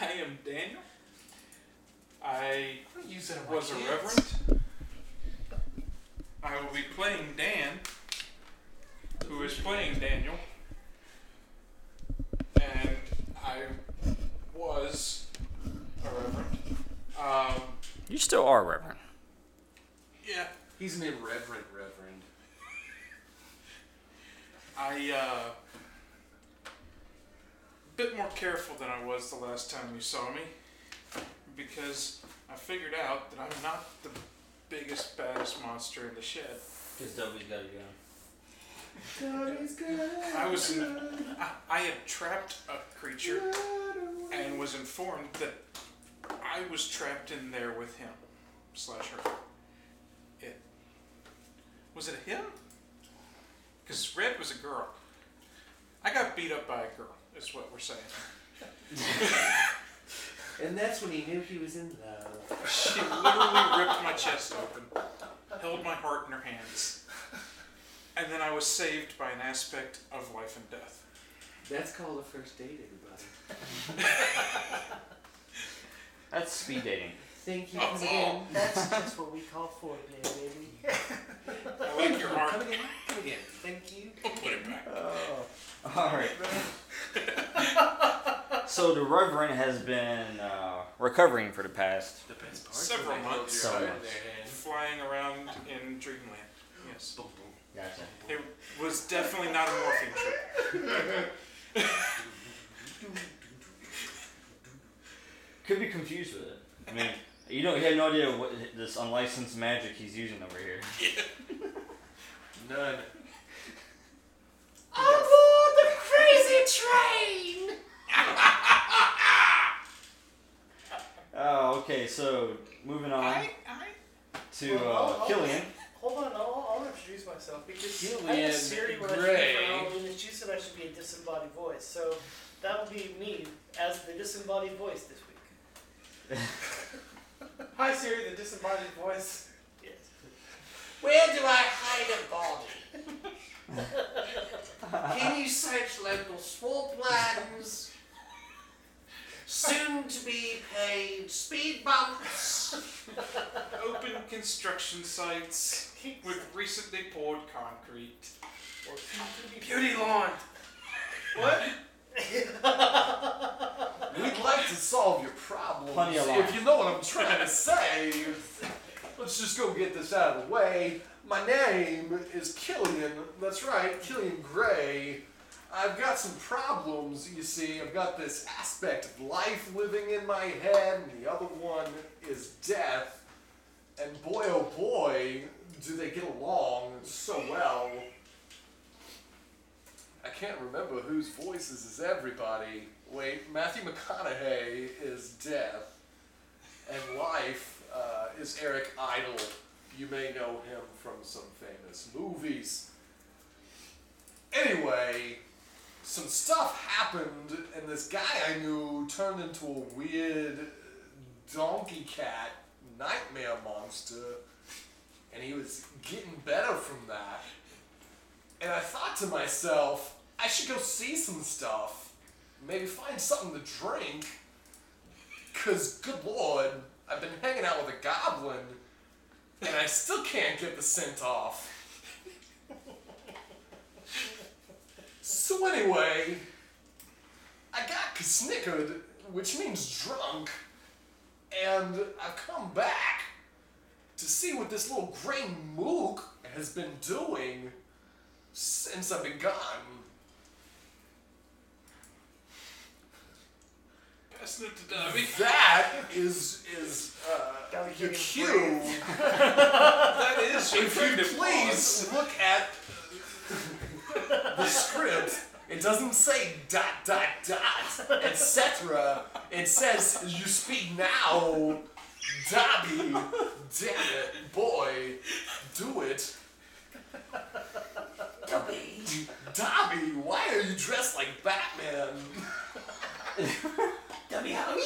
I am Daniel. I I'm using it on my was a kids. reverend. I will be playing Dan, who is playing Daniel. And I was a reverend. Um, You still are Reverend. yeah, He's an irreverent reverend. I uh bit more careful than I was the last time you saw me because I figured out that I'm not the biggest baddest monster in the shed. Because Dobby's got it down. I was I, I had trapped a creature and was informed that I was trapped in there with him slash her. It was it him? Because Red was a girl. I got beat up by a girl. Is what we're saying. And that's when he knew he was in love. She literally ripped my chest open, held my heart in her hands, and then I was saved by an aspect of life and death. That's called a first date, everybody. That's speed dating. Thank you. Come again. That's just what we call foreplay, baby. I like your Come heart. again. Come again. Thank you. I'll put it back. All right. so the Reverend has been uh, recovering for the past. The best part. Several months. Several Several months. Flying around in Dreamland. Yes. Boom, boom. Gotcha. It was definitely not a morphine trip. Could be confused with it. I mean, you don't you have no idea what this unlicensed magic he's using over here. None. Oh, okay. So moving on to uh, Killian. Hold on, I'll, I'll introduce myself because I Gillian asked Siri what I should Gray. do for Halloween, and she said I should be a disembodied voice. So that'll be me as the disembodied voice this week. Hi Siri, the disembodied voice. Yes. Where do I hide a body? Can you search local swamp lands? Soon to be paid speed bumps. Open construction sites with recently poured concrete. Beauty lawn. What? We'd like to solve your problems. Plenty of lines. If you know what I'm trying to say, let's just go get this out of the way. My name is Killian. That's right, Killian Gray. I've got some problems, you see. I've got this aspect of life living in my head, and the other one is death. And boy, oh boy, do they get along so well. I can't remember whose voices is everybody. Wait, Matthew McConaughey is Death, and Life uh, is Eric Idle. You may know him from some famous movies. Anyway, some stuff happened, and this guy I knew turned into a weird donkey cat nightmare monster, and he was getting better from that. And I thought to myself, I should go see some stuff. Maybe find something to drink. Because, good lord, I've been hanging out with a goblin and I still can't get the scent off. so, anyway, I got snickered, which means drunk, and I've come back to see what this little gray mook has been doing since I've been gone. Passing it to Dobby. That is is uh, Gotta your give him cue. That is If you effective pause. please look at the script. It doesn't say dot dot dot etc. It says you speak now, Dobby. Damn it, boy, do it. Dobby, why are you dressed like Batman? Dummy Halloween.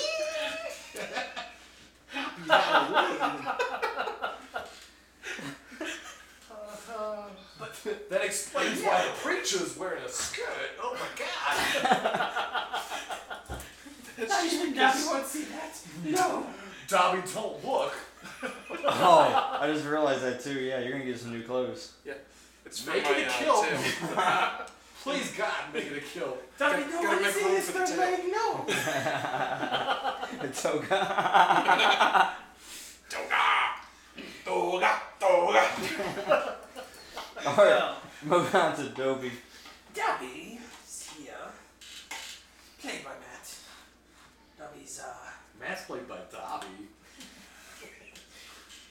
That explains why the preacher's wearing a skirt. Oh my god. That's just Does because. anyone see that? No. Dobby, don't look. Oh, I just realized that too. Yeah, you're gonna get some new clothes. It's for Make my it a uh, kill. tail. Please, God, make it a kill. Dobby, Gotta- no gotta one make see room this for the third tail. leg. No. It's so good. Toga! Toga! Toga! All right, moving on to Dobie. Dobby is here. Played by Matt. Dobby's uh. Matt's played by Dobby.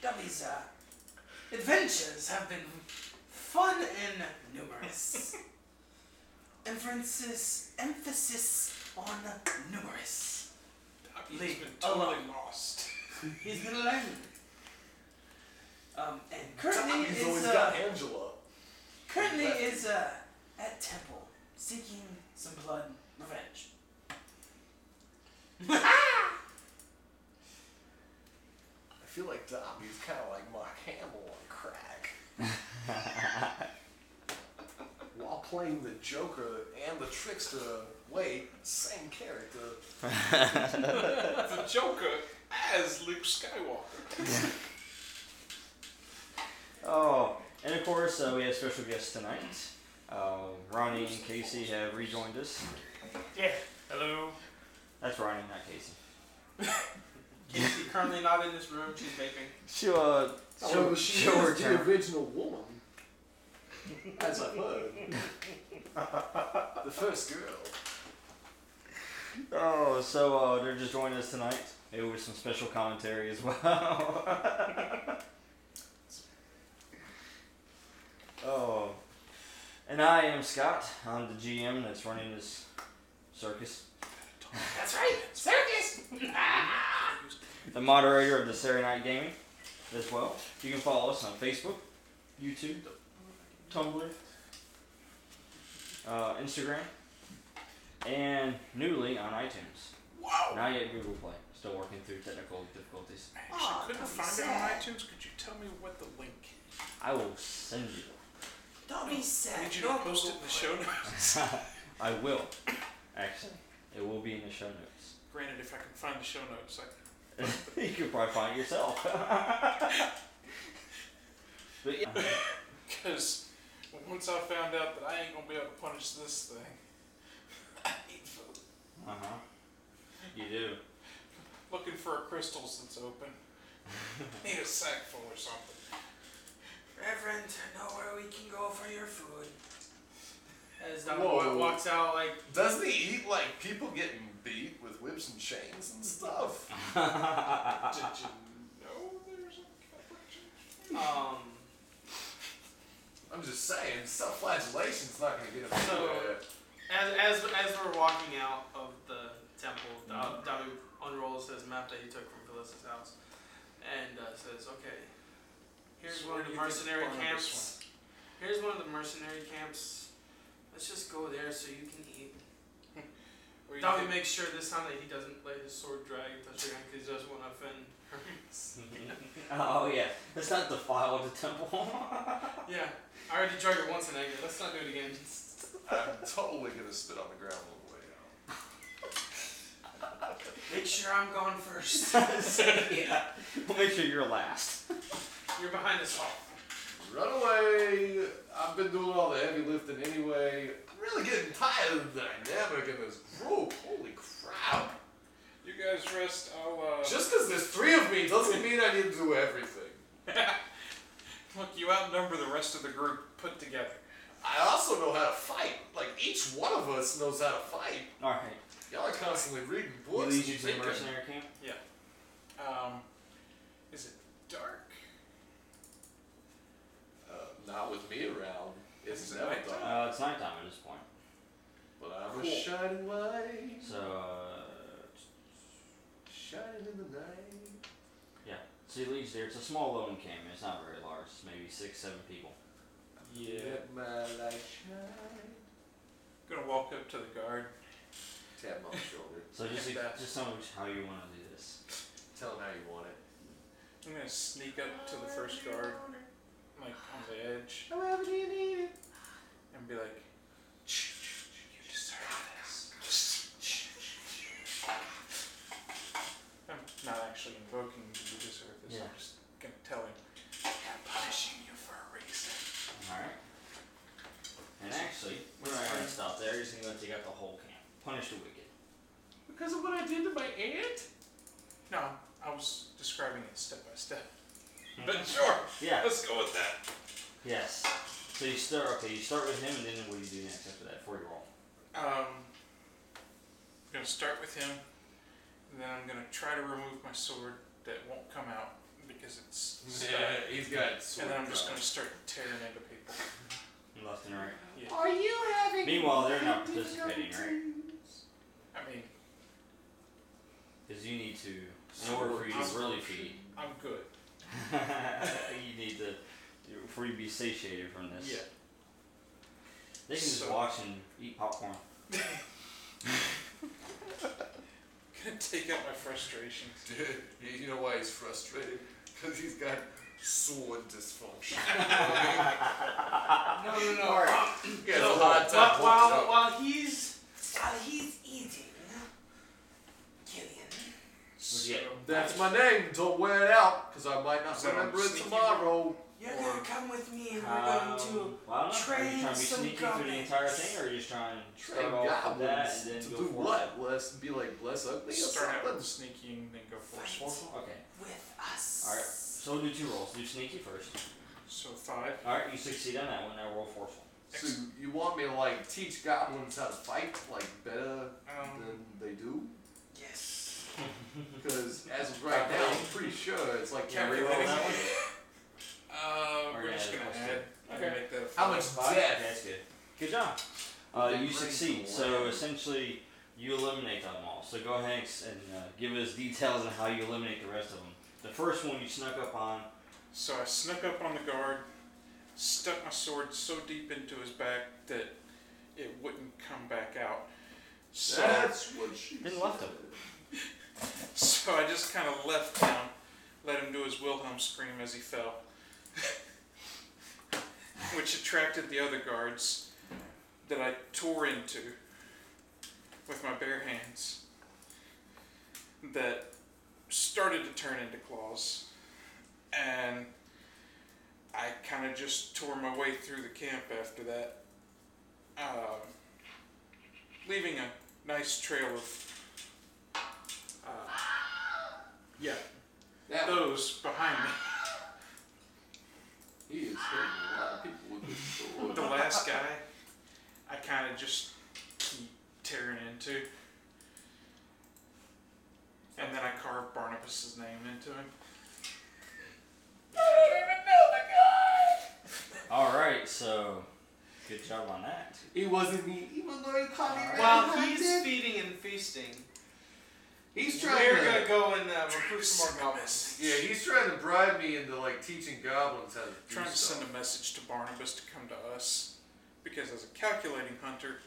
Dubby's uh, adventures have been fun and numerous. Emphasis, emphasis on numerous. Dobby's Leave been it totally alone. lost. He's been alone. Um, and currently Dobby's always is got uh, Angela. currently left. is uh, at temple seeking some blood revenge. I feel like Dobby's kind of like Mark Hamill on crack. While playing the Joker and the Trickster, wait, same character. The Joker as Luke Skywalker. Oh, and of course uh, we have special guests tonight. Uh, Ronnie and Casey have rejoined us. Yeah. Hello. That's Ronnie, not Casey. She's currently not in this room. She's vaping. She uh, So she'll, Oh, she she'll is the return. original woman, as I've heard. the first girl. Oh, so uh, they're just joining us tonight. Maybe with some special commentary as well. oh, and I am Scott. I'm the GM that's running this circus. That's right. Circus. the moderator of the Saturday Night Gaming as well. You can follow us on Facebook, YouTube, Tumblr, uh, Instagram, and newly on iTunes. Wow! Not yet Google Play. Still working through technical difficulties. I actually Aw, couldn't that'd be find sad. it on iTunes. Could you tell me what the link? I will send you. Don't be sad. Did you Don't not post it in the show notes? I will. Actually, it will be in the show notes. Granted, if I can find the show notes, I you can probably find it yourself. but yeah. Because once I found out that I ain't gonna be able to punish this thing, I ain't fu- Uh huh. You do. looking for a crystal that's open. Need a sack full or something. Reverend, I know where we can go for your food. As that Whoa. boy walks out, like, Doesn't he eat like people getting beat with whips and chains and stuff? Did you know there's a um, I'm just saying, self-flagellation's not gonna get him anywhere. as, as, as we're walking out of the temple, Mm-hmm. Dob- Dobby unrolls his map that he took from Phyllis's house and uh, says, okay, here's So one where of do the you think mercenary Barnabas camps. Here's one of the mercenary camps. Let's just go there so you can eat. Where you Dobby think- makes sure this time that he doesn't let his sword drag touch her hand because he doesn't want to offend her. oh yeah, let's not defile the temple. yeah, I already drug her once and I let's not do it again. I'm totally gonna spit on the ground on the way out. Make sure I'm gone first. yeah, we'll make sure you're last. You're behind us all. Run away! I've been doing all the heavy lifting anyway. I'm really getting tired of the dynamic in this group. Holy crap! You guys rest. I'll uh, Just because there's three of me doesn't mean I need to do everything. look. You outnumber the rest of the group put together. I also know how to fight. Like, each one of us knows how to fight. All right, Y'all are constantly reading we books. lead you and to the thinking. mercenary camp. Um, is it dark? Uh, not with me around. It's Is it never nighttime? done. Uh, it's nighttime at this point, But I'm a Cool. shining light, so uh, shining in the night. so he leaves there. It's a small loading camp. It's not very large. It's maybe six, seven people. Let my light shine. gonna walk up to the guard. Tap him on the shoulder. So just Yeah. just tell me which- how you want to do this. Tell him how you want it. I'm gonna sneak up to the first guard, like on the edge, However you need it. and be like, "You deserve this." punish the wicked? Because of what I did to my aunt? No, I was describing it step by step. Hmm. But sure, Yeah. let's go with that. Yes. So you start. Okay, you start with him, and then what do you do next after that? Before you roll. Um, I'm gonna start with him, and then I'm gonna try to remove my sword that won't come out because it's. stuck. he's got And then I'm just gonna start tearing into people. Left and right. Are you having Meanwhile, they're not participating, right? I mean, Because you need to. In order for you to really feed, I'm good. you need to. For you to be satiated from this. Yeah. They can just So- watch and eat popcorn. gonna take out my frustrations. Dude, you know why he's frustrated? Because he's got sword dysfunction. No, no, no. He has a hard time While, while, holding up. while he's While he's eating, Killian. So, Yeah. That's my name. Don't wear it out, because I might not So, remember it sneaky- tomorrow. You're Or- gonna come with me and we're Um, going to. well, I don't know. Are you train trying to be some sneaky through the entire thing, or are you just trying to Train start off with that and goblins to then go do forward? what? Less be like less ugly or Start out something. with sneaking, then go forceful. Forceful? Okay. With us. Alright. So we'll do two rolls. Do sneaky first. So five. Alright, you succeed on that one. Now roll forceful. So you want me to like teach goblins how to fight like better Um, than they do? Yes. Because as of right now, I'm pretty sure it's like Yeah, carrying reroll anything. that uh, We're we're just gonna gonna add it, add. I'm gonna make that a How five. much Five? death? Oh, That's good. Good job. Uh, Then you bring succeed. the So one. essentially, you eliminate them all. So go ahead and s- and uh, give us details on how you eliminate the rest of them. The first one you snuck up on. So I snuck up on the guard, stuck my sword so deep into his back that it wouldn't come back out. So, That's what she Then said. left him. so I just kind of left him, let him do his Wilhelm scream as he fell, which attracted the other guards that I tore into with my bare hands that started to turn into claws. And I kind of just tore my way through the camp after that, um, leaving a nice trail of. Uh, yeah, That those behind me. He is hitting a lot of people with his The sword. last guy, I kind of just keep tearing into. And then I carve Barnabas's name into him. All right. So good job on that. He wasn't me, even though he caught me Alright. red-handed. while he's feeding and feasting, He's trying we're to. gonna go and uh, recruit some more goblins. Yeah, he's trying to bribe me into like teaching goblins how to do Trying to stuff. send a message to Barnabas to come to us. Because as a calculating hunter,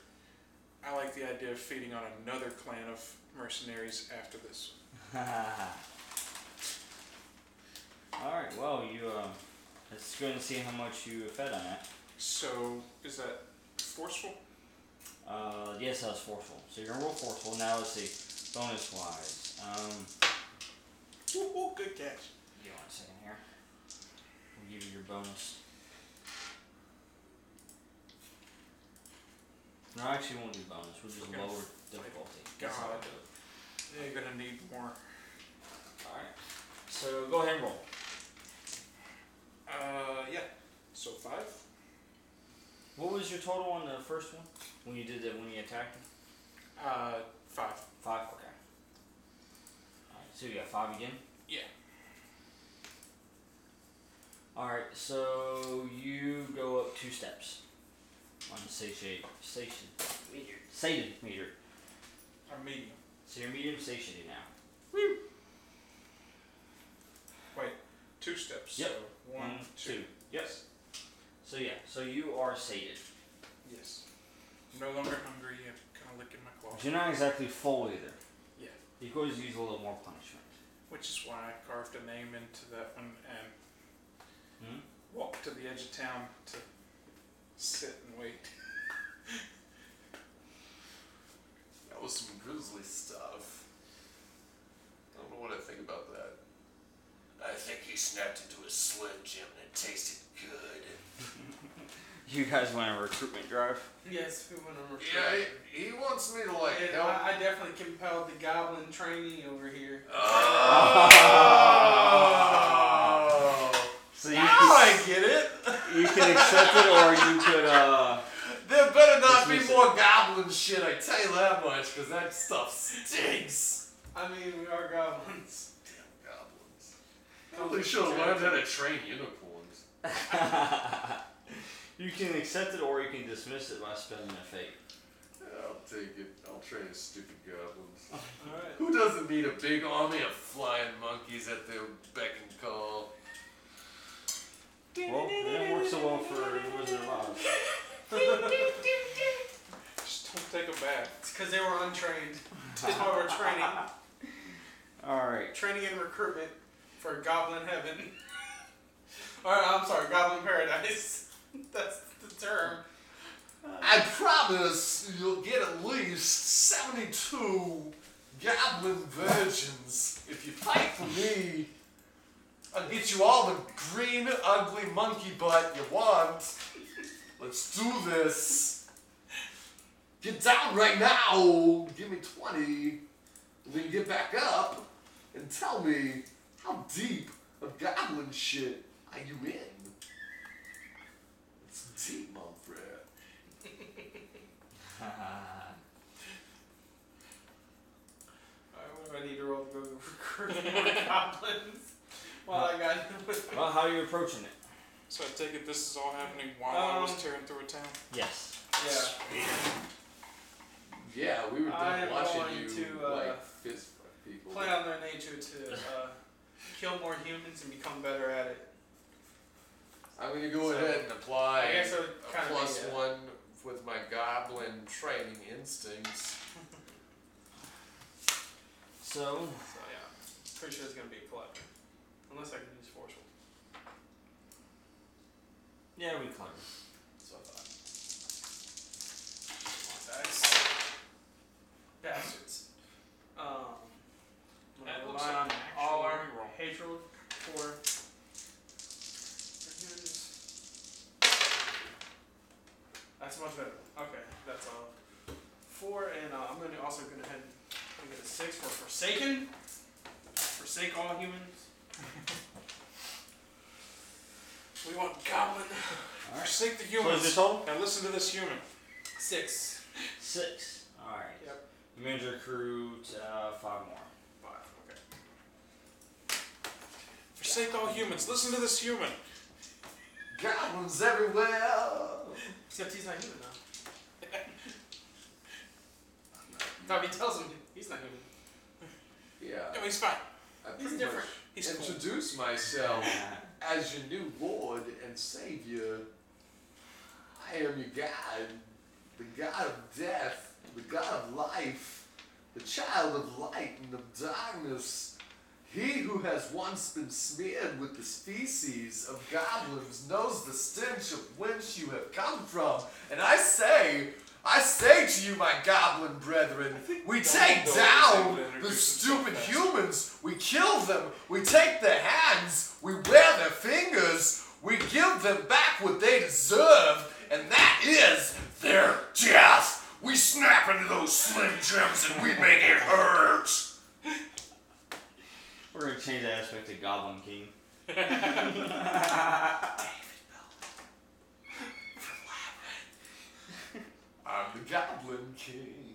I like the idea of feeding on another clan of mercenaries after this. All right. Well, you. Uh, let's go and see how much you fed on that. So, is that forceful? Uh, yes, that was forceful. So you're gonna roll forceful. Now let's see, bonus wise. Um, Woo woo, good catch. give me one second here. We'll give you your bonus. No, actually, we won't do bonus. We'll do Okay. lower difficulty. That's how I do it. You're gonna need more. All right. So go ahead and roll. Uh, yeah. So five. What was your total on the first one? When you did that, when you attacked him? Uh, five. Five. Okay. All right. So you got five again. Yeah. Alright, so you go up two steps on the satiate, station, Meteor. sated meter. A medium. So you're medium satiated now. Two steps. Yep. So one, Mm, two. Yes. So yeah, so you are sated. Yes. I'm no longer hungry. I'm kind of licking my But claws. you're not exactly full either. Yeah. You could always use a little more punishment. Which is why I carved a name into that one and Hmm? walked to the edge of town to sit and wait. That was some grisly stuff. I don't know what I think about that. I think he snapped into a Slim Jim and it tasted good. You guys went on a recruitment drive. Yes, we went on retreat. Yeah, he, he wants me to like And help. I, I definitely compelled the goblin trainee over here. Oh. So you, Now can, I get it. you can accept it, or you could. Uh, There better not be Dismiss it. more goblin shit. I tell you that much, because that stuff stinks. I mean, we are goblins. Damn goblins. Probably should have learned how to train unicorns. you can accept it, or you can dismiss it by spending a fate. I'll take it. I'll train stupid goblins. All right. Who doesn't need a big army of flying monkeys at their beck and call? Well, that works so well for Wizard of Oz. Just don't take a bath. It's because they were untrained. That's why we're training. All right. Training and recruitment for Goblin Heaven. or, I'm sorry, Goblin Paradise. That's the term. I promise you'll get at least 72 goblin virgins if you fight for me. I'll get you all the green, ugly monkey butt you want. Let's do this. Get down right now. Give me 20. Then get back up and tell me how deep of goblin shit are you in? It's deep, my friend. All right, what do I need to roll to go recruit more goblins? Well, I got Well, how are you approaching it? So I take it this is all happening while I Um, was tearing through a town. Yes. yeah. Yeah, we were I done am watching going you to, uh, like fist fight people. play on their nature to uh, kill more humans and become better at it. I'm gonna go So, ahead and apply I guess I would uh, a kind of plus yeah. one with my goblin training instincts. So, So yeah, pretty sure it's gonna be a collab, unless I can use forceful. yeah, we clever. So I thought. Come on, dice. Bastards. Um, I'm gonna That looks rely like on an all actual our reroll. hatred for. for humans. That's much better. Okay, that's all. Four, and uh, I'm gonna also go ahead and get a six for Forsaken. Forsake all humans. We want goblin. Alright. Forsake the So is humans. this all? Now listen to this human. Six. Six. All right. Yep. You managed to recruit uh, five more. Five. Okay. Forsake all humans. Listen to this human. Goblins everywhere. Except he's not human now. Tommy tells him he's not human. Yeah, No, he's fine. I He's pretty different. much He's cool. introduce myself as your new lord and savior. I am your god, the god of death, the god of life, the child of light and of darkness. He who has once been smeared with the species of goblins knows the stench of whence you have come from. And I say, I say to you, my goblin brethren, we take Dumbledore was able to down the introduce himself stupid faster. humans, we kill them, we take their hands, we wear their fingers, we give them back what they deserve, and that is their death. We snap into those slim gems and we make it hurt. We're gonna change that aspect to Goblin King. I'm the Goblin King.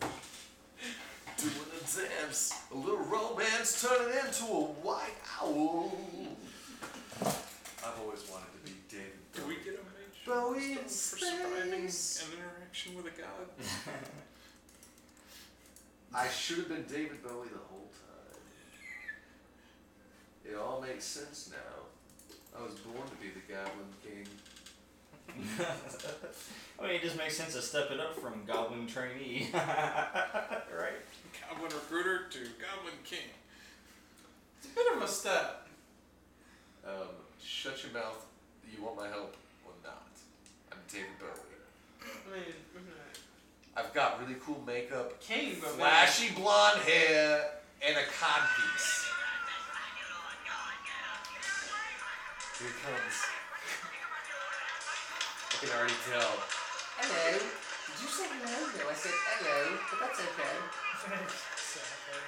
Doing a dance, a little romance turning into a white owl. I've always wanted to be David Do we Bowie. get a mage Bowie in for surviving an space. interaction with a god? I should have been David Bowie the whole time. It all makes sense now. I was born to be the Goblin King. I mean, it just makes sense to step it up from Goblin Trainee, right? Goblin recruiter to goblin king. It's a bit of a step. Um, shut your mouth. You want my help or not? I'm David Bowie. I mean, mm, I've got really cool makeup, King, Oh, but flashy blonde hair, and a codpiece. Here it comes. I can already tell. Hello. Did you say hello? No, I said hello, but that's okay. Exactly.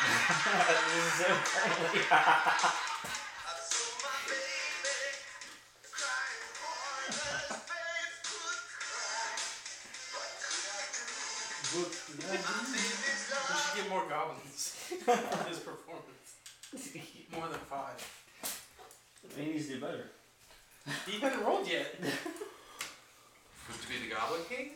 this is so funny. Look, We should get more goblins for his performance. More than five. He needs to do better. He hasn't rolled yet. To be the Goblin King?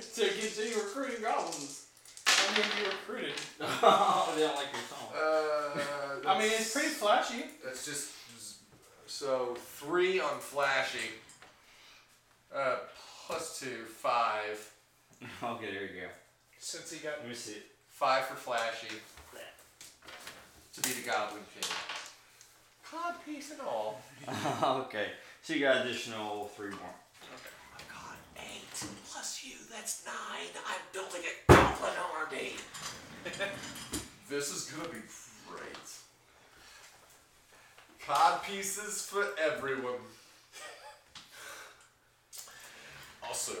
So continue recruiting goblins. I mean, be recruited. oh, they don't like your song. Uh, I mean, it's pretty flashy. That's just so three on flashy. Uh, plus two, five, okay, there you go. Since he got Let me see it. five for flashy. To be the Goblin King. Cod piece and all. okay, so you got additional three more. I got eight plus you. That's nine. I'm building a goblin army. This is gonna be great. Cod pieces for everyone. also,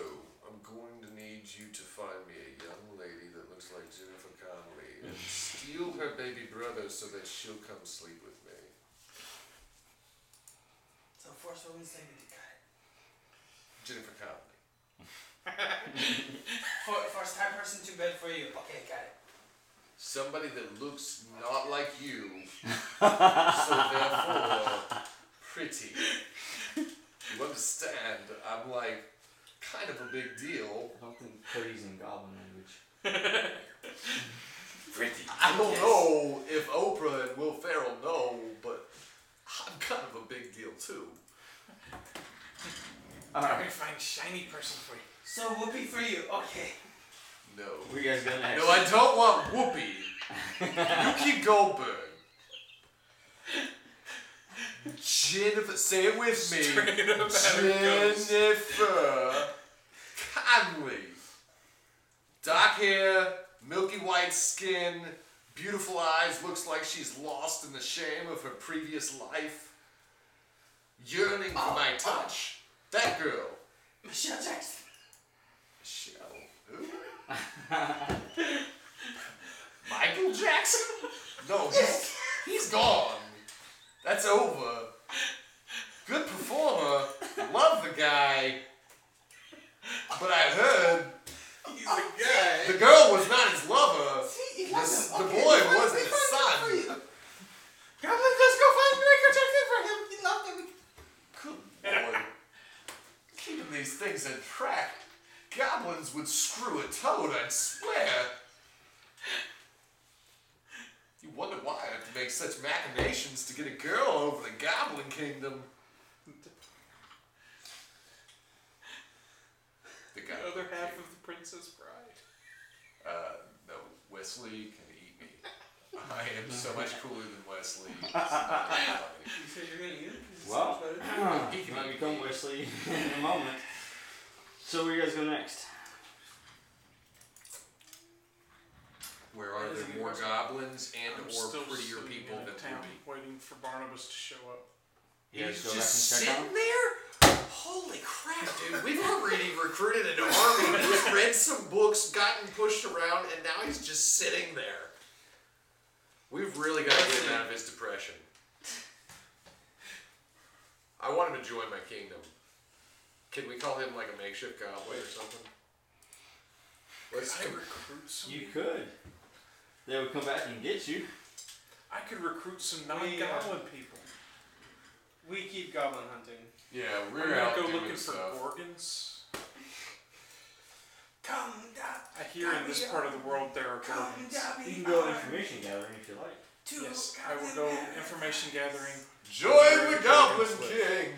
I'm going to need you to find me a young lady that looks like Jennifer Connelly and steal her baby brother so that she'll come sleep with me. So Force Wednesday we cut. Jennifer Connelly. For, first time person to bed for you. Okay, got it. Somebody that looks not like you, so therefore pretty. You understand? I'm like kind of a big deal. I don't think Cody's in goblin language. I don't know if Oprah and Will Ferrell know, but I'm kind of a big deal too. I'm Alright, gonna find shiny person for you. So Whoopi for you. Okay. No. where you guys going next? No, I don't want Whoopi. Yuki Goldberg. Jennifer, say it with me. Jennifer Conley. Dark hair, milky white skin, beautiful eyes, looks like she's lost in the shame of her previous life. Yearning for my touch. That girl. Oh, Michelle Jackson. Michelle. Who? Michael Jackson? No, he's, he's gone. That's over. Good performer. Love the guy. But I heard He's a guy. the girl was not his lover. See, it The, s- was the boy was his son. Goblin, let's go find Michael Jackson for him. He loved him. Good boy. Keeping these things in track. Goblins would screw a toad, I'd swear. You wonder why I have to make such machinations to get a girl over the Goblin Kingdom. The The Goblin other half King. of the Princess Bride. Uh, no, Wesley can eat me. I am so much cooler than Wesley. It's not funny. You said you're gonna use it? 'cause it's Well, so much better. you might become Wesley in a moment. So where you guys go next? Where are That is a there good more question. goblins and I'm or still prettier sitting people in than town Ruby? waiting for Barnabas to show up. You guys He's go just back and check sitting out? there? Holy crap, dude. We've already recruited an army, just read some books, gotten pushed around, and now he's just sitting there. We've really got to get him out of his depression. I want him to join my kingdom. Can we call him like a makeshift cowboy or something? Let's I recruit some. You could. They would come back and get you. I could recruit some We, non-goblin uh, people. We keep goblin hunting. yeah, I'm we're gonna out go doing looking stuff. for gorgons. Come, da, I hear in this part of the world there are come, gorgons. da, You can go information gathering if you like. to Yes, I will go information gathering. Join the Goblin King.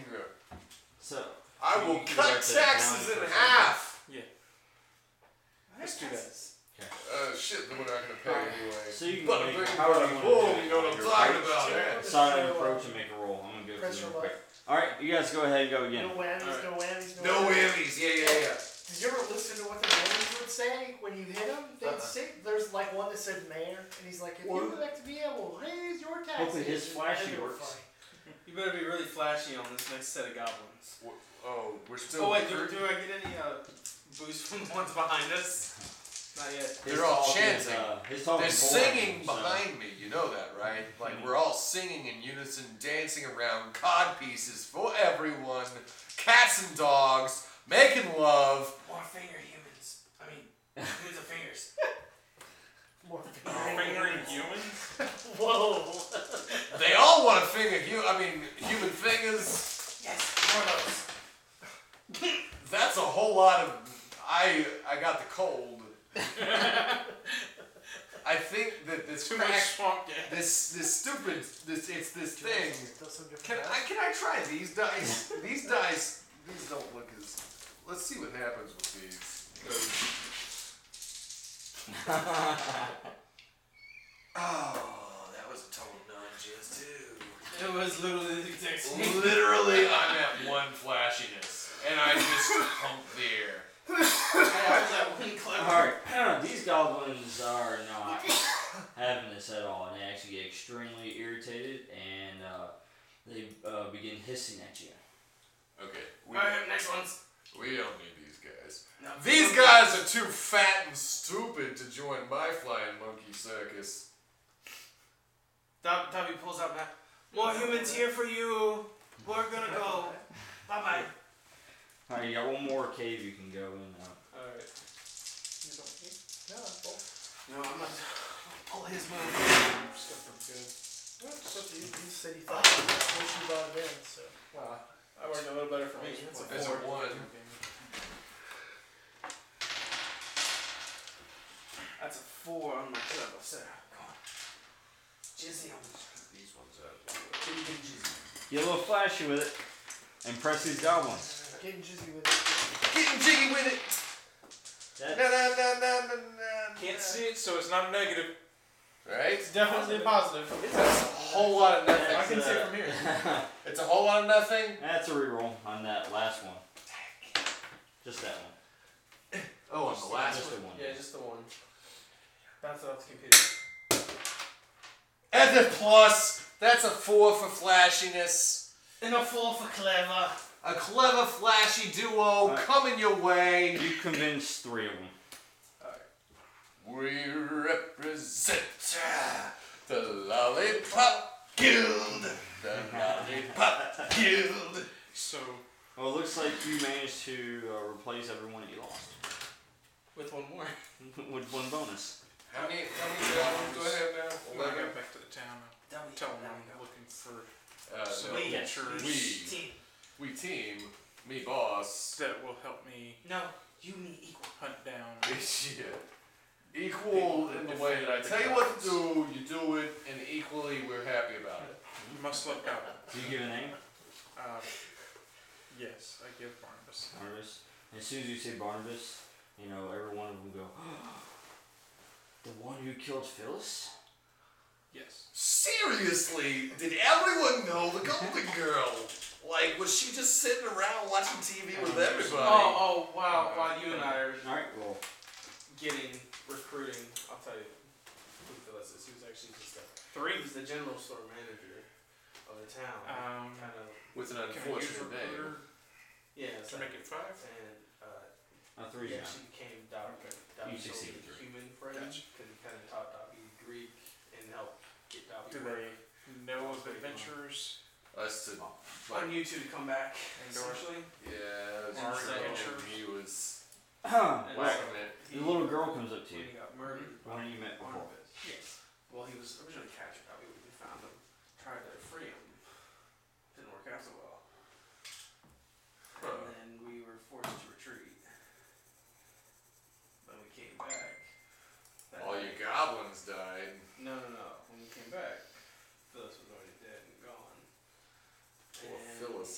So I will cut taxes in half. Yeah. Let's do that. Uh, shit, then we're not gonna pay anyway. So you can but make I'm however you wanna do boom, it. you know what I'm Your talking right. about. man. side of approach and make a roll. I'm gonna go Press for your the quick. luck. All right, you guys go ahead and go No again. whammies, Alright. no whammies, no, No whammies, whammies. yeah, yeah, yeah. Did you ever listen to what the mayors would say when you hit them? They'd Uh-huh. Uh-uh. say, there's like one that said mayor, and he's like, if Or- you would like to be able to raise your taxes. Hopefully his and flashy that'd be works. fine. You better be really flashy on this next set of goblins. Oh, we're still. Oh wait, do, do I get any uh, boost from the ones behind us? Not yet. His They're all talk is, chanting. uh, his talk They're is boring, singing so- Mm-hmm. behind me, you know that, right? Like we're all singing in unison, dancing around cod pieces for everyone, cats and dogs, making love. One finger humans. I mean, use the fingers. More Fingering fingers. human? Whoa. They all want to finger you. I mean, human fingers. Yes, more of those. That's a whole lot of. I I got the cold. I think that this Too much crack, swamp gas. this this stupid this it's this thing. Does some different Can I can I try these dice? these dice these don't look as. Let's see what happens with these. Oh, that was a total non-jizz too. It was literally the exact same. Literally, I'm at one flashiness, and I just pump the air. All right, uh, these goblins are not having this at all, and they actually get extremely irritated, and uh, they uh, begin hissing at you. Okay, we, Alright, next ones. we don't need these guys. No. These guys are too fat and stupid to join my flying monkey circus. Dab- Dabby pulls out map. More humans here for you. We're gonna go. Bye bye. All right, you got one more cave you can go in. Uh, Alright. You don't need- No, that's both. No, I'm not. Pull his move. Well, it's up to you. You said you thought you wish you brought it in, so. That worked a little better for me. That's a As a four. one, That's a four on my club. So, come on. Jizzy on these ones out. get a little flashy with it, and press these goblins. Getting jizzy with it. Getting jiggy with it. That- Na na na na na na. Can't see it, so it's not negative. Right? It's definitely positive. That's a whole lot of nothing. I can see uh, from here. It's a whole lot of nothing. That's a reroll on that last one. Just that one. Oh, on Just the last just one. the one. Yeah, just the one. Bounce it off the computer. As a plus, that's a four for flashiness. And a four for clever. A clever, flashy duo Alright. coming your way. You convinced three of them. We represent uh, the Lollipop Guild. The Lollipop Guild. So, Well, it looks like you managed to uh, replace everyone that you lost With one more. with one bonus. How many, how many dollars do I have now? when I got back to the town, Dummy. I tell them I'm looking for Uh, some no. We- pictures We, we team, me boss. that will help me No, you need equal. hunt down. Shit. Equal in the way that I tell you what to do, you do it, and equally we're happy about it. You must look up. Do you give a name? Um, yes, I give Barnabas. Barnabas. And as soon as you say Barnabas, you know, every one of them go, The one who killed Phyllis? Yes. Seriously, did everyone know the Golden Girl? Like, was she just sitting around watching TV with everybody? Oh, oh, wow, wow, you and I are Alright, well, getting, recruiting, I'll tell you who Phyllis is. He was actually just a, Three. he was the general store manager of the town. Um, kind of, With can an I use unfortunate name. recruiter yeah, to so, make it five? and uh, a he three's yeah. actually became Dobby, Dobby's You only succeeded three. human friend because Gotcha. he kind of taught Dobby Greek and helped get E Dobby Do ready. they know of adventures? Us to, On you two to come back, Endorse. essentially. yeah, Or just second like church. he was not. And whacking so it. he- the little girl comes up to you, When he got murdered, the one you met before. Barnabas. Yes. Well, he was originally captured. Probably when E, we found him, tried to free him. Didn't work out so well. Huh. And then we were forced to retreat. When we came back. that All your night- goblins died. No, no, no. When we came back,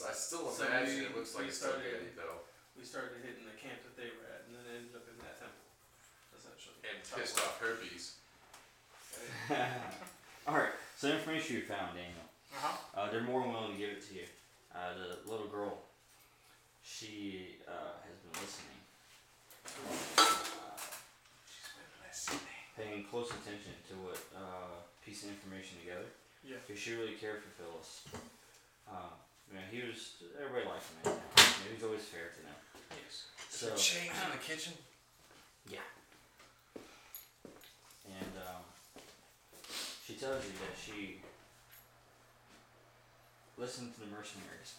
was like we a stuck started- ending though, we started hitting the camp that they were at, and then ended up in that temple, essentially. and pissed off herpes. Alright, so the information you found, Daniel. Uh-huh. Uh, they're more willing to give it to you. Uh, the little girl, she uh, has been listening. Uh, paying close attention to what uh, piece of information together. Yeah. Because she really cared for Phyllis. Um, you know, he was everybody liked him. Anyhow. You know, he was always fair to them. Yes. So Change in the kitchen. and um, she tells you that she listened to the mercenaries.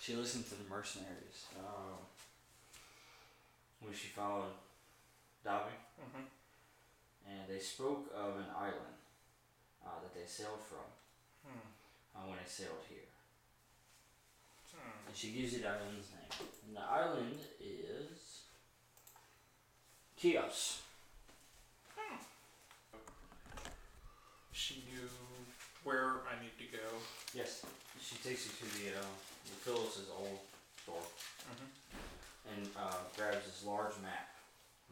She listened to the mercenaries. Um, when she followed Dobby, Mhm. and they spoke of an island uh, that they sailed from uh, when they sailed here. Hmm. And she gives you the island's name. And the island is. Chios. She knew where I need to go. Yes. She takes you to the, uh, the Phyllis's old store Mm-hmm. and uh, grabs this large map.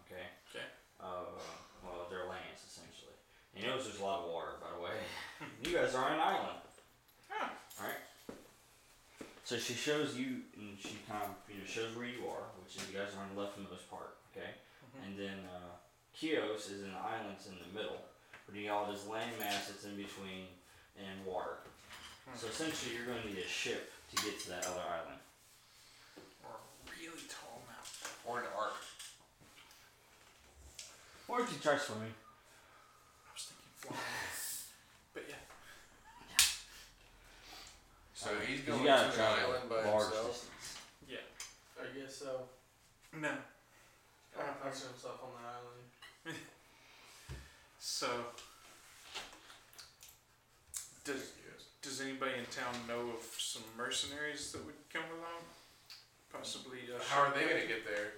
Okay? Okay. Of, uh, well, their lands, essentially. And you notice there's a lot of water, by the way. you guys are on an island. Huh. Alright? So she shows you, and she kind of you know, shows where you are, which is you guys are on the leftmost part, okay? Mm-hmm. And then uh, Chios is an island that's in the middle, but you got all this landmass that's in between and water. So essentially, you're going to need a ship to get to that other island. Or a really tall mountain. Or an arc. Or you can try swimming. I was thinking flying. but yeah. So he's You going to gotta an travel island by large himself. distance. I guess so. No. I don't punch himself on the island. So does Yes. does anybody in town know of some mercenaries that would come along? Possibly a How are ship- they going to get there?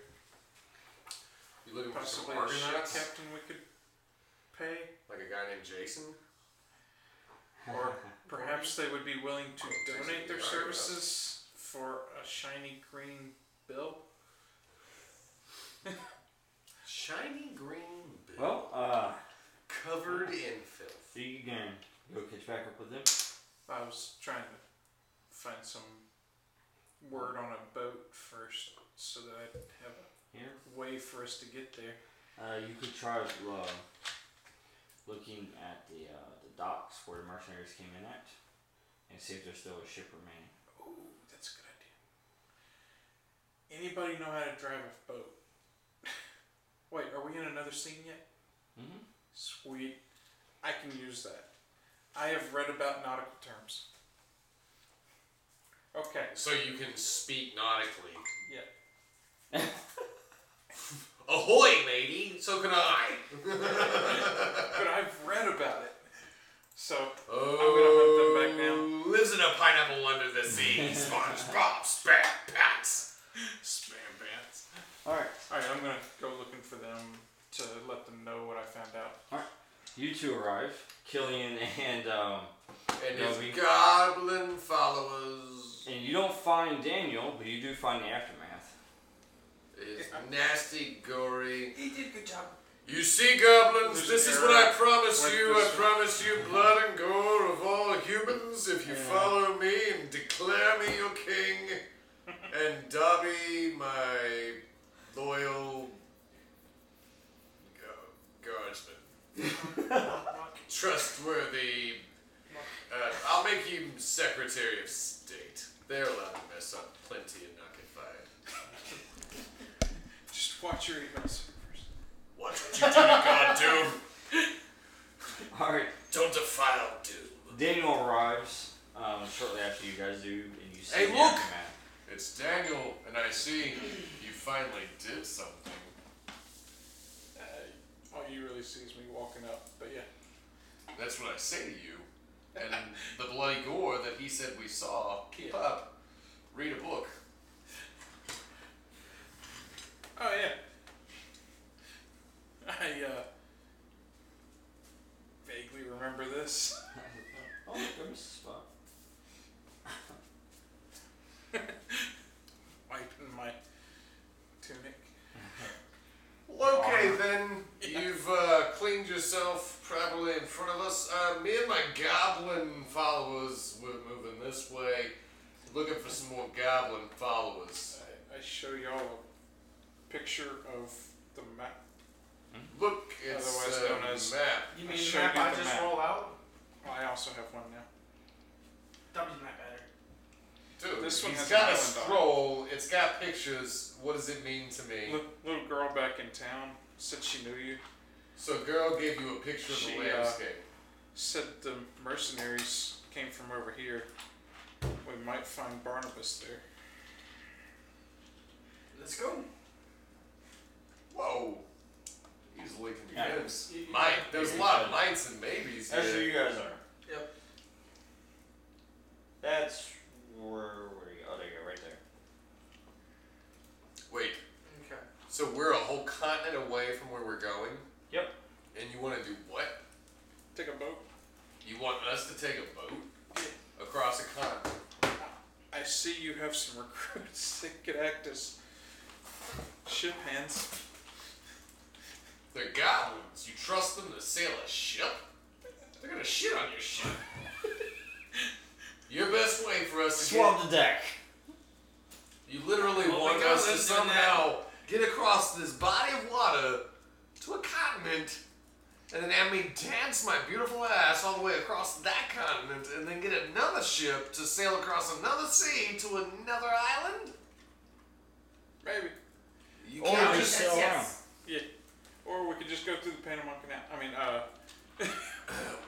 You looking for some possibly a ship Argonauts? captain we could pay? Like a guy named Jason? Or perhaps they would be willing Oh, to donate their Argonauts. services for a shiny green bill? Shiny green bill. Well, uh, covered in filth. you can go catch back up with them. I was trying to find some word on a boat first so that I'd have Here, a way for us to get there. uh, you could try uh, looking at the uh, the docks where the mercenaries came in at, and see if there's still a ship remaining. Oh, that's a good idea. Anybody know how to drive a boat? Wait, are we in another scene yet? Mm-hmm. Sweet. I can use that. I have read about nautical terms. Okay. So you can speak nautically. Yeah. Ahoy, matey! So can I! But I've read about it. So, Oh, I'm gonna hunt them back now. Lives in a pineapple under the sea. SpongeBob Spam Pants. spam bands. All right. Alright, I'm gonna go looking for them to let them know what I found out. You two arrive, Killian and um, And No, his we- goblin followers. and you don't find Daniel, but you do find the aftermath. His nasty, gory. He did a good job. You see, goblins, There's this an is error. what I promise Went you. I this way. promise you blood and gore of all humans if you Yeah. follow me and declare me your king. And Dobby, my loyal uh, gu- guardsman. Trustworthy. Uh, I'll make him Secretary of State. They're allowed to mess up plenty and not get fired. Just watch your email servers. What would you do to God, Doom? All right. Don't defile Doom. Daniel arrives um, shortly after you guys do, and you see Hey, the look! aftermath. It's Daniel, and I see you finally did something. Uh, all you really see is me walking up, but yeah. That's what I say to you. And the bloody gore that he said we saw, keep up. Read a book. Oh yeah. I uh, vaguely remember this. Oh, my goodness, Spock. uh, yourself probably in front of us. Uh, me and my goblin followers were moving this way, looking for some more goblin followers. I, I show y'all a picture of the map. Look, it's Otherwise uh, known as- map. You I mean the showed map you I the just map. roll out? Well, I also have one now. W's not better. Dude, This one he's has an got a island on it. scroll. It's got pictures. What does it mean to me? Little, little girl back in town said she knew you. So, girl gave you a picture of She, the uh, landscape. Said the mercenaries came from over here. We might find Barnabas there. Let's go. Whoa. Easily can be Yeah. missed. You- you- Might. There's a lot of mights and maybes That's where here. you guys are. Yep. That's where where you? Oh, there you go, right there. Wait. Okay. So we're a whole continent away from where we're going, Yep. and you want to do what? Take a boat. You want us to take a boat across a continent? I see you have some recruits that could act as ship hands. They're goblins. You trust them to sail a ship? They're gonna shit on your ship. your best way for us to Swab the deck. get, you literally Well, want we got us to this doing that. somehow get across this body of water to a continent, and then have me dance my beautiful ass all the way across that continent, and then get another ship to sail across another sea to another island. Maybe. You Or can't just just sail Yeah. Or we could just go through the Panama Canal. I mean, uh,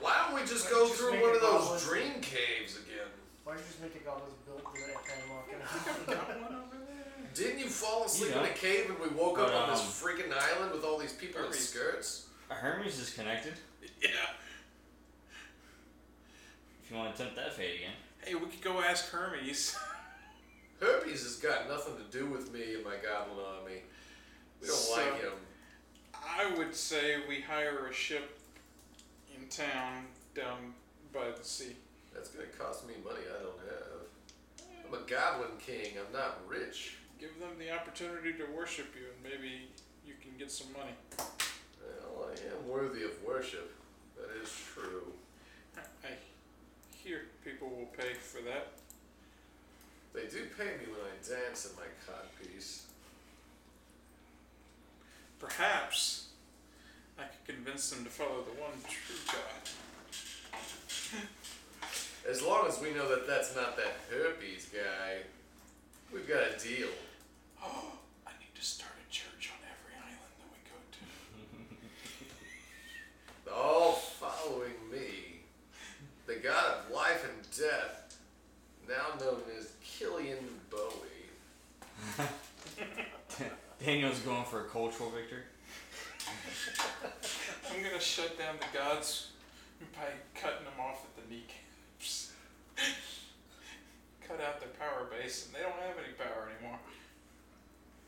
Why don't we just Why go don't you through just one make of it all one? those dream caves again? Why don't you just make a goblin built for that Panama Canal? got one over there. Didn't you fall asleep Yeah. in a cave and we woke up But, on this um, freaking island with all these people in Hermes. skirts? Our Hermes is connected. Yeah. If you want to attempt that fate again. Hey, we could go ask Hermes. Herpes has got nothing to do with me and my goblin army. We don't So- like him. I would say we hire a ship in town down by the sea. That's gonna cost me money I don't have. I'm a goblin king. I'm not rich. Give them the opportunity to worship you, and maybe you can get some money. Well, I am worthy of worship. That is true. I hear people will pay for that. They do pay me when I dance in my codpiece. Perhaps I could convince them to follow the one true God. As long as we know that that's not that herpes guy, we've got a deal. Oh, I need to start a church on every island that we go to. They're all following me. The god of life and death, now known as Killian Bowie. Daniel's going for a cultural victory. I'm gonna shut down the gods by cutting them off at the kneecaps. Cut out their power base, and they don't have any power anymore.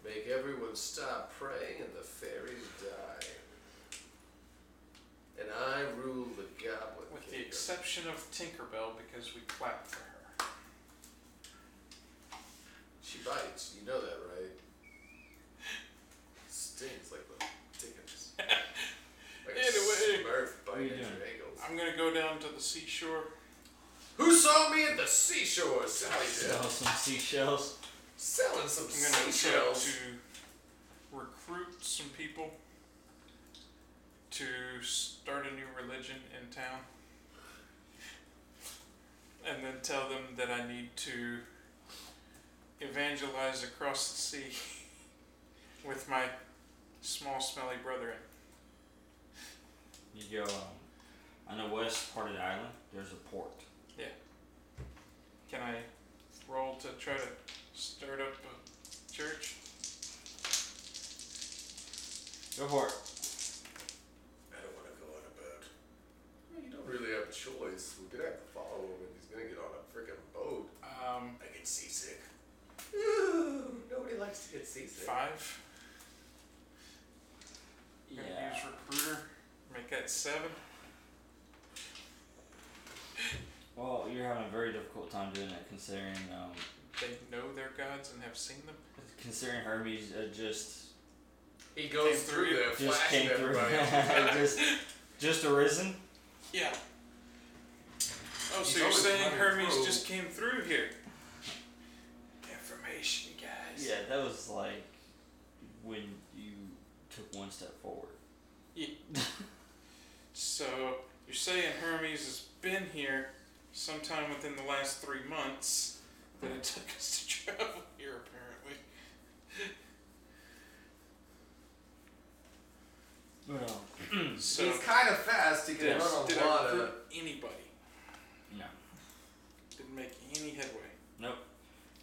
Make everyone stop praying and the fairies die. And I rule the goblin With the kingdom. exception of Tinkerbell, because we clap for her. she bites, you know that, right? Stings like the dickens. Like a Anyway. Smurf biting you at your doing? ankles. I'm gonna go down to the seashore. Who saw me at the seashore, Sally Sell Dell? some seashells. Selling some I'm gonna attempt seashells. to recruit some people to start a new religion in town, and then tell them that I need to evangelize across the sea with my small, smelly brethren. You go um, on the west part of the island. There's a port. Can I roll to try to start up a church? Go for it. I don't want to go on a boat. You don't really have a choice. We're gonna have to follow him, and he's gonna get on a freaking boat. Um, I get seasick. Ooh, nobody likes to get seasick. five. I'm gonna Yeah. use recruiter. Make that seven. Well, you're having a very difficult time doing that, considering um, they know their gods and have seen them. considering Hermes uh, just He goes Came through through there, just flashing came through. everybody. just Just arisen? Yeah. Oh, He's so you're always saying running Hermes through. just came through here? Information, guys. Yeah, that was like when you took one step forward. So you're saying Hermes has been here sometime within the last three months that it took us to travel here, apparently. But, um, So He's kind of fast. He can did, run did a I lot of. recruit anybody? no. Didn't make any headway. Nope.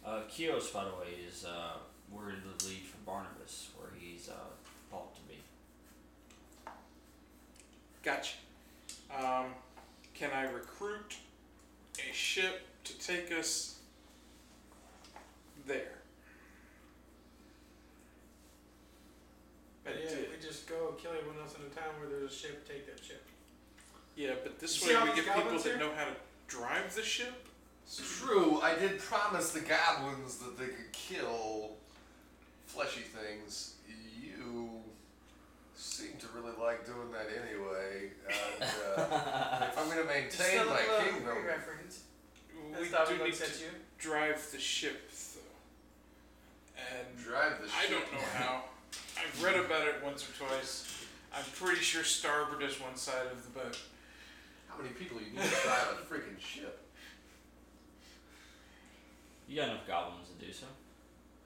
Uh, Kios, by the way, is uh, where the lead for Barnabas, where he's uh, thought to be. Gotcha. Um, can I recruit a ship to take us there? But yeah, it- we just go kill everyone else in the town where there's a ship, take that ship. yeah, but this You see way how we get these people goblins that here? know how to drive the ship. True, I did promise the goblins that they could kill fleshy things. You seem to really like doing that anyway. And, uh, if I'm going to maintain my kingdom, uh, reference. We As Dobby do need looks to at you. drive the ship, though. And drive the I ship. don't know how. I've read about it once or twice. I'm pretty sure starboard is one side of the boat. How many people you need to drive a freaking ship? You got enough goblins to do so.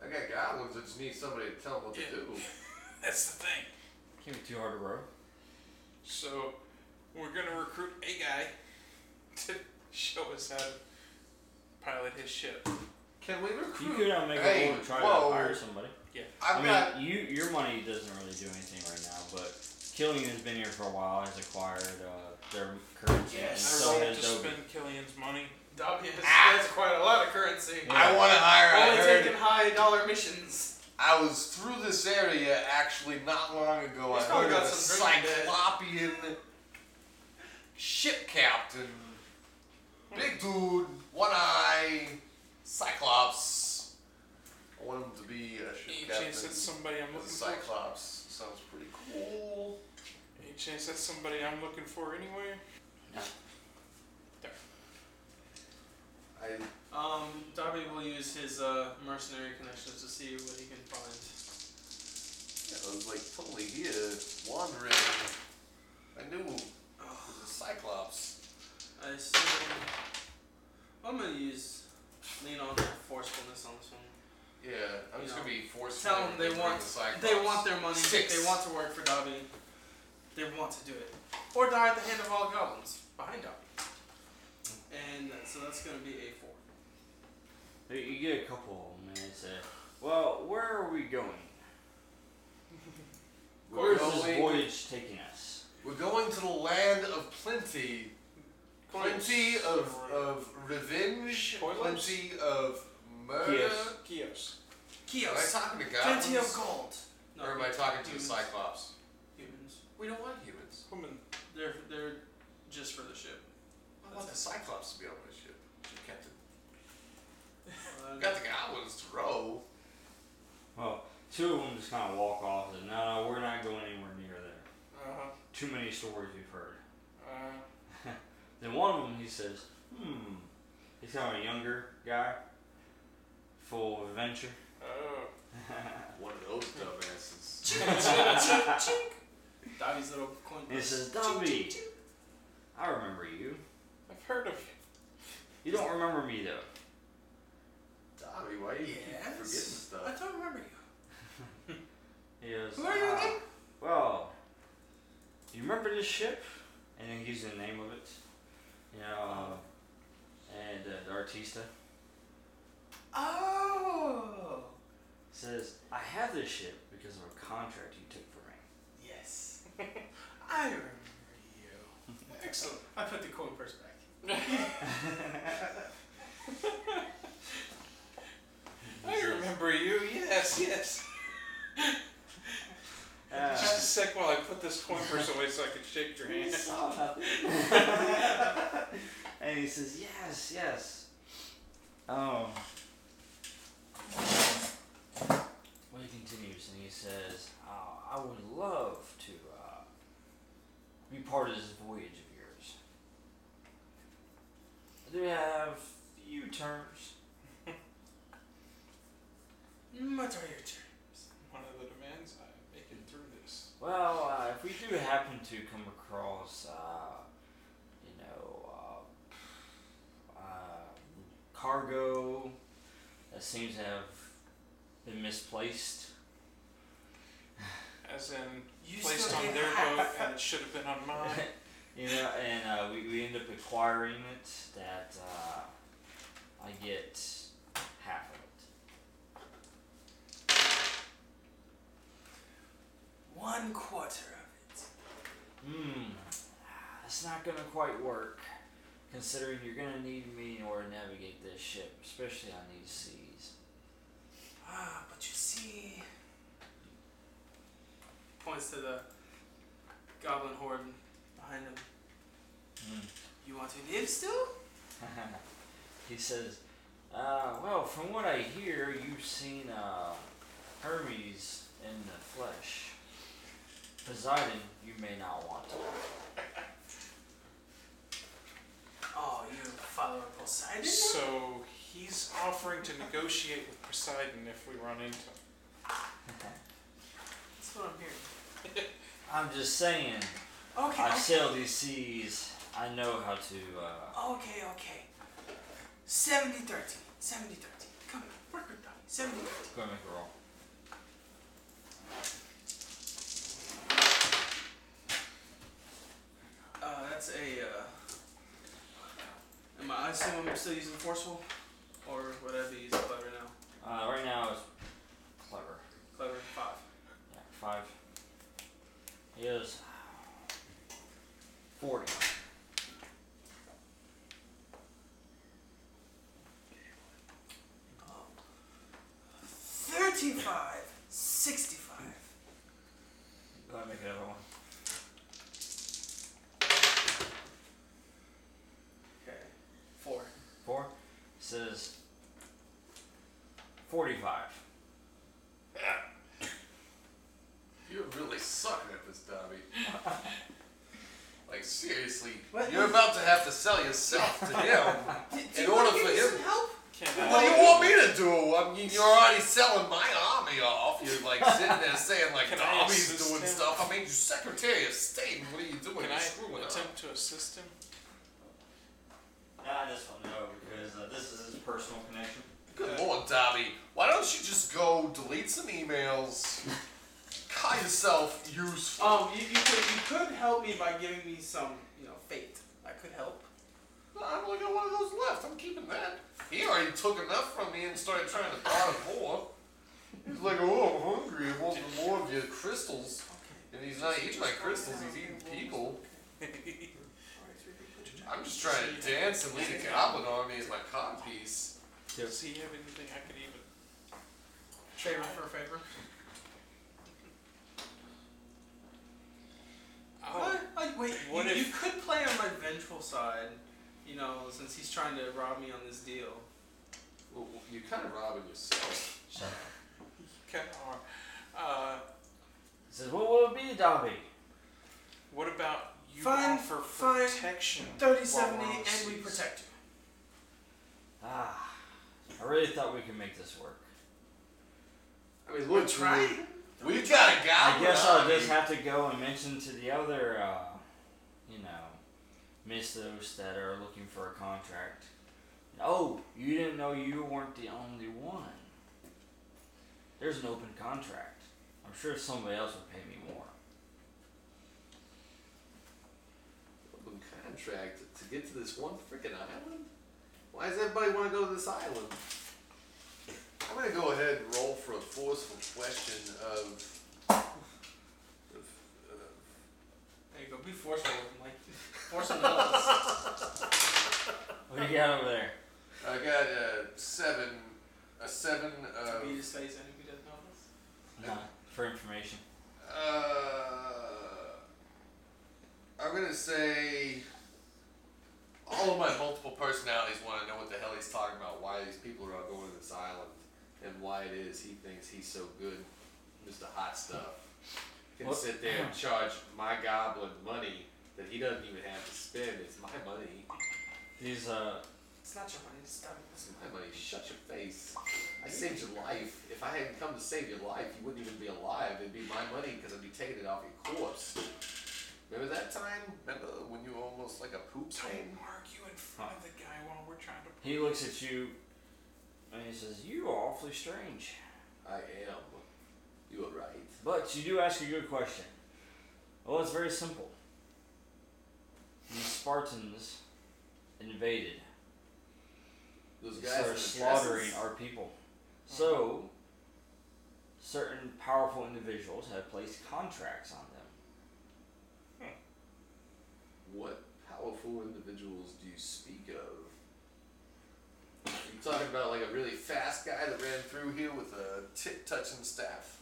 I got goblins that just need somebody to tell them what to Yeah. do. That's the thing. Can't be too hard to row. So we're gonna recruit a guy to show us how to pilot his ship. Can we recruit? You could uh, make hey, a roll to try whoa. to hire somebody. I've I got mean, you your money doesn't really do anything right now, but Killian has been here for a while, has acquired uh, their currency, and I so rolled has to Dobie. spend Killian's money. Dobby has that's quite a lot of currency. I want to hire. I Ah. Only heard- taking high dollar missions. I was through this area actually not long ago. He's I probably heard got of a some drinking bit. Cyclopean ship captain. Big dude, one eye, Cyclops. I want him to be a ship Any captain. chance that's somebody I'm with a looking for? Cyclops sounds pretty cool. Any chance that's somebody I'm looking for anywhere? I Um, Dobby will use his uh, mercenary connections to see what he can find. Yeah, I was like totally here, wandering. I knew it was a Cyclops. I assume I'm gonna use lean on forcefulness on this one. Yeah, I'm just You know, gonna be forced. tell 'em they want- They want their money. Six. They want to work for Dobby. They want to do it, or die at the hand of all goblins behind Dobby. And so that's gonna be a four. You- You get a couple of them, and they say, "Well, where are we going? We're Where's this going- voyage taking us?" We're going to the land of plenty. Plenty of, of revenge. Coilos? Plenty of murder. Yes. Kios. Am I talking to goblins? Plenty of gold. Or am I talking to a humans. Cyclops? Humans. We don't want humans. Woman. They're they're just for the ship. I want the Cyclops to be on my ship. Ship captain. Uh, I've got the goblins to row. Well, two of them just kind of walk off and "No, no, we're not going anywhere near there. Uh, Too many stories we've heard." uh, Then one of them, he says, "Hmm." He's kind of a younger guy, full of adventure. oh. One of those dumbasses. Dobby's little coin. And he says, "Dobby, I remember you. I've heard of you. You don't remember me though." Dobby, why are you keep forgetting Yes. stuff? I don't remember you. He goes, Who are you "Ah, again?" Well, you remember this ship? And then he gives you the name of it. You know, uh, and uh, the artista Oh. says, I have this ship because of a contract you took from me. Yes. I remember you. Excellent. I put the coin purse back. "Uh, I remember you. Yes, yes. Just a Uh, sec while I put this coin purse away so I can shake your hand. and he says, Yes, yes. Um. Well, he continues and he says, oh, I would love to uh, be part of this voyage of yours. I do have a few terms. What are your terms? One of the demands I make it through this. Well, uh, if we do happen to come across, uh, you know, uh, uh, cargo that seems to have been misplaced, As in, You placed still on get their half. boat and it should have been on mine. you know, and uh, we, we end up acquiring it, that uh, I get half of it. One quarter of it. Hmm, ah, that's not gonna quite work, considering you're gonna need me in order to navigate this ship, especially on these seas. Ah, but you see, Points to the goblin horde behind him. Hmm. You want to live still? he says, uh, well, from what I hear, you've seen uh, Hermes in the flesh. Poseidon, you may not want to. Oh, you follow Poseidon? now? So he's offering to negotiate with Poseidon if we run into him. That's what I'm hearing. I'm just saying, Okay. I've okay. sailed these seas. I know how to. Uh, Okay, okay. 70 30. 70 30. Come on, work with Donnie. 70 30. go and make a roll. Uh, that's a. Uh, am I, I assume I'm still using forceful? Or would I be using clever now? Uh, right now, it's clever. Clever, five. Yeah, five. He goes, 40. Oh. 35. 65. Go ahead and make another one. Okay. Four. Four says 45. You're really sucking at this, Dobby. like, seriously. What? You're about to have to sell yourself to him. Did, In order for him. help? Can What do you want me to do? I mean, you're already selling my army off. You're like sitting there saying like Can I Dobby's assist doing him? stuff. I made you Secretary of State. What are you doing? Can I You're screwing up. attempt to assist him? Nah, this one no, because uh, this is his personal connection. Good lord, Dobby. Why don't you just go delete some emails? Call yourself useful. Um, you, you, could, you could help me by giving me some, you know, fate. I could help. I only got one of those left. I'm keeping that. He already took enough from me and started trying to borrow more. He's like, oh, I'm hungry. I want some more of your crystals. And he's not eating my crystals. He's eating people. I'm just trying to dance and lead a goblin army as my codpiece. Does he have anything I could even? Favor for a favor. Oh, Oh. What? Like, wait, What you, if- you could play on my vengeful side, you know, since he's trying to rob me on this deal. Well, you're kind of robbing yourself. kind of. Uh, He says, What will it be, Dobby? what about you Fine, offer fine. protection? Thirty while we're seventy, on the and we seas? protect you. Ah, I really thought we could make this work. I mean, We're look, trying. we got a I goblin guess I'll army. just have to go and mention to the other, uh, you know, mistos that are looking for a contract. Oh, you didn't know you weren't the only one. There's an open contract. I'm sure somebody else would pay me more. Open contract to get to this one freaking island? Why does everybody want to go to this island? I'm gonna go ahead and roll for a forceful question of. of uh, There you go. Be forceful with him, like force him to help us. What do you got over there? I got a seven. A seven. To Oh. Uh, beat his face, and if he doesn't know this. No, for information. uh, I'm gonna say. All of my multiple personalities want to know what the hell he's talking about, why these people are all going to this island, and why it is he thinks he's so good, Mr. Hot Stuff. Can Well- sit there and charge my goblin money that he doesn't even have to spend. It's my money. These uh, It's not your money, it's Dom's. It's my money. Shut your face. I saved your life. If I hadn't come to save your life, you wouldn't even be alive. It'd be my money because I'd be taking it off your corpse. Remember that time? Remember when you were almost like a poop Don't stain? argue in front of the guy while we're trying to. he looks at you and he says, "You are awfully strange." I am. You were right. But you do ask a good question. Well, it's very simple. The Spartans invaded, Those they guys in started the slaughtering dresses. Uh-huh. our people. So, certain powerful individuals have placed contracts on them. What powerful individuals do you speak of? You talking about like a really fast guy that ran through here with a tit touching staff?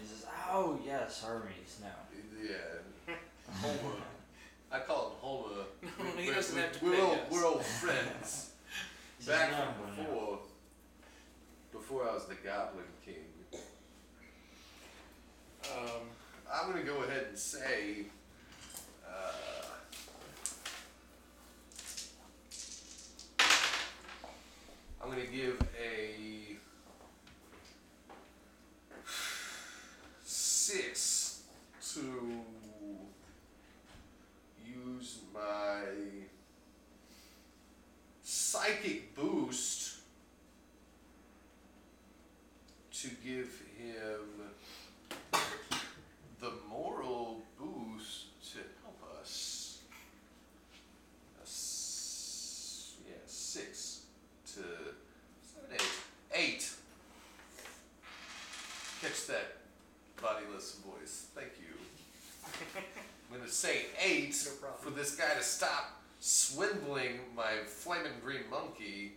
He says, "Oh yes, Hermes. No, Yeah. Homer. I call him Homer. No, he We're- doesn't we're- have to we're pay old, us. We're old friends. He's Back not from one now. before, before I was the Goblin King. Um, I'm gonna go ahead and say, uh, I'm gonna give a six to use my psychic boost to give him the moral boost to help us. A s- yeah, six to seven, eight. Eight. Catch that bodiless voice. Thank you. I'm gonna say eight No problem. for this guy to stop swindling my flaming green monkey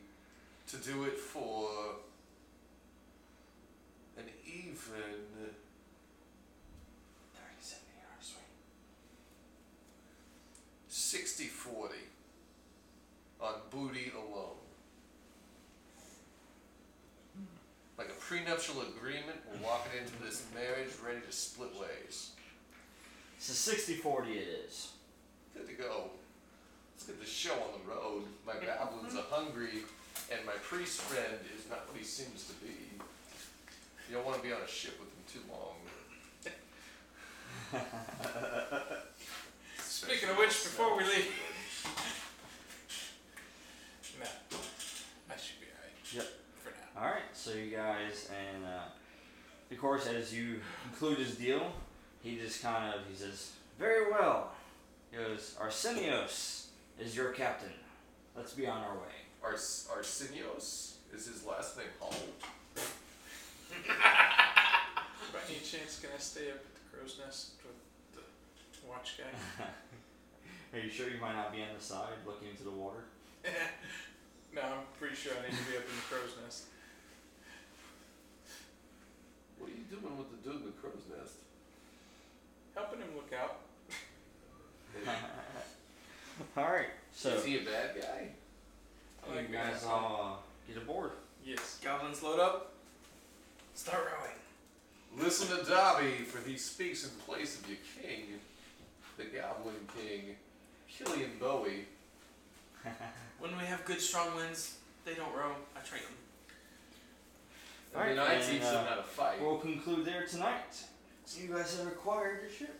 to do it for an even. 37 yards, sweet. 60 40 on booty alone. Like a prenuptial agreement, we're walking into this marriage ready to split ways. it's a 60-40 It is. Good to go. Let's get the show on the road. My goblins are hungry, and my priest friend is not what he seems to be. You don't want to be on a ship with him too long. Speaking of which, before we leave. no. I should be alright. Yep. For now. All right, so you guys, and uh, of course, as you conclude his deal, he just kind of he says, "Very well." He goes, "Arsenios is your captain. Let's be on our way." Ars- Arsenios is his last name, Hall. By any chance, can I stay up at the crow's nest with the watch guy? Are you sure you might not be on the side looking into the water? no, I'm pretty sure I need to be up in the crow's nest. What are you doing with the dude with crow's nest? Helping him look out. All right, so is he a bad guy? I you like guys that. all uh, get aboard. Yes. Goblins load up. Start rowing. Listen to Dobby, for he speaks in place of your king, the Goblin King, Killian Bowie. When we have good strong winds, they don't row. I train them. I mean, Alright, I teach and, uh, them how to fight. We'll conclude there tonight. So you guys have acquired your ship.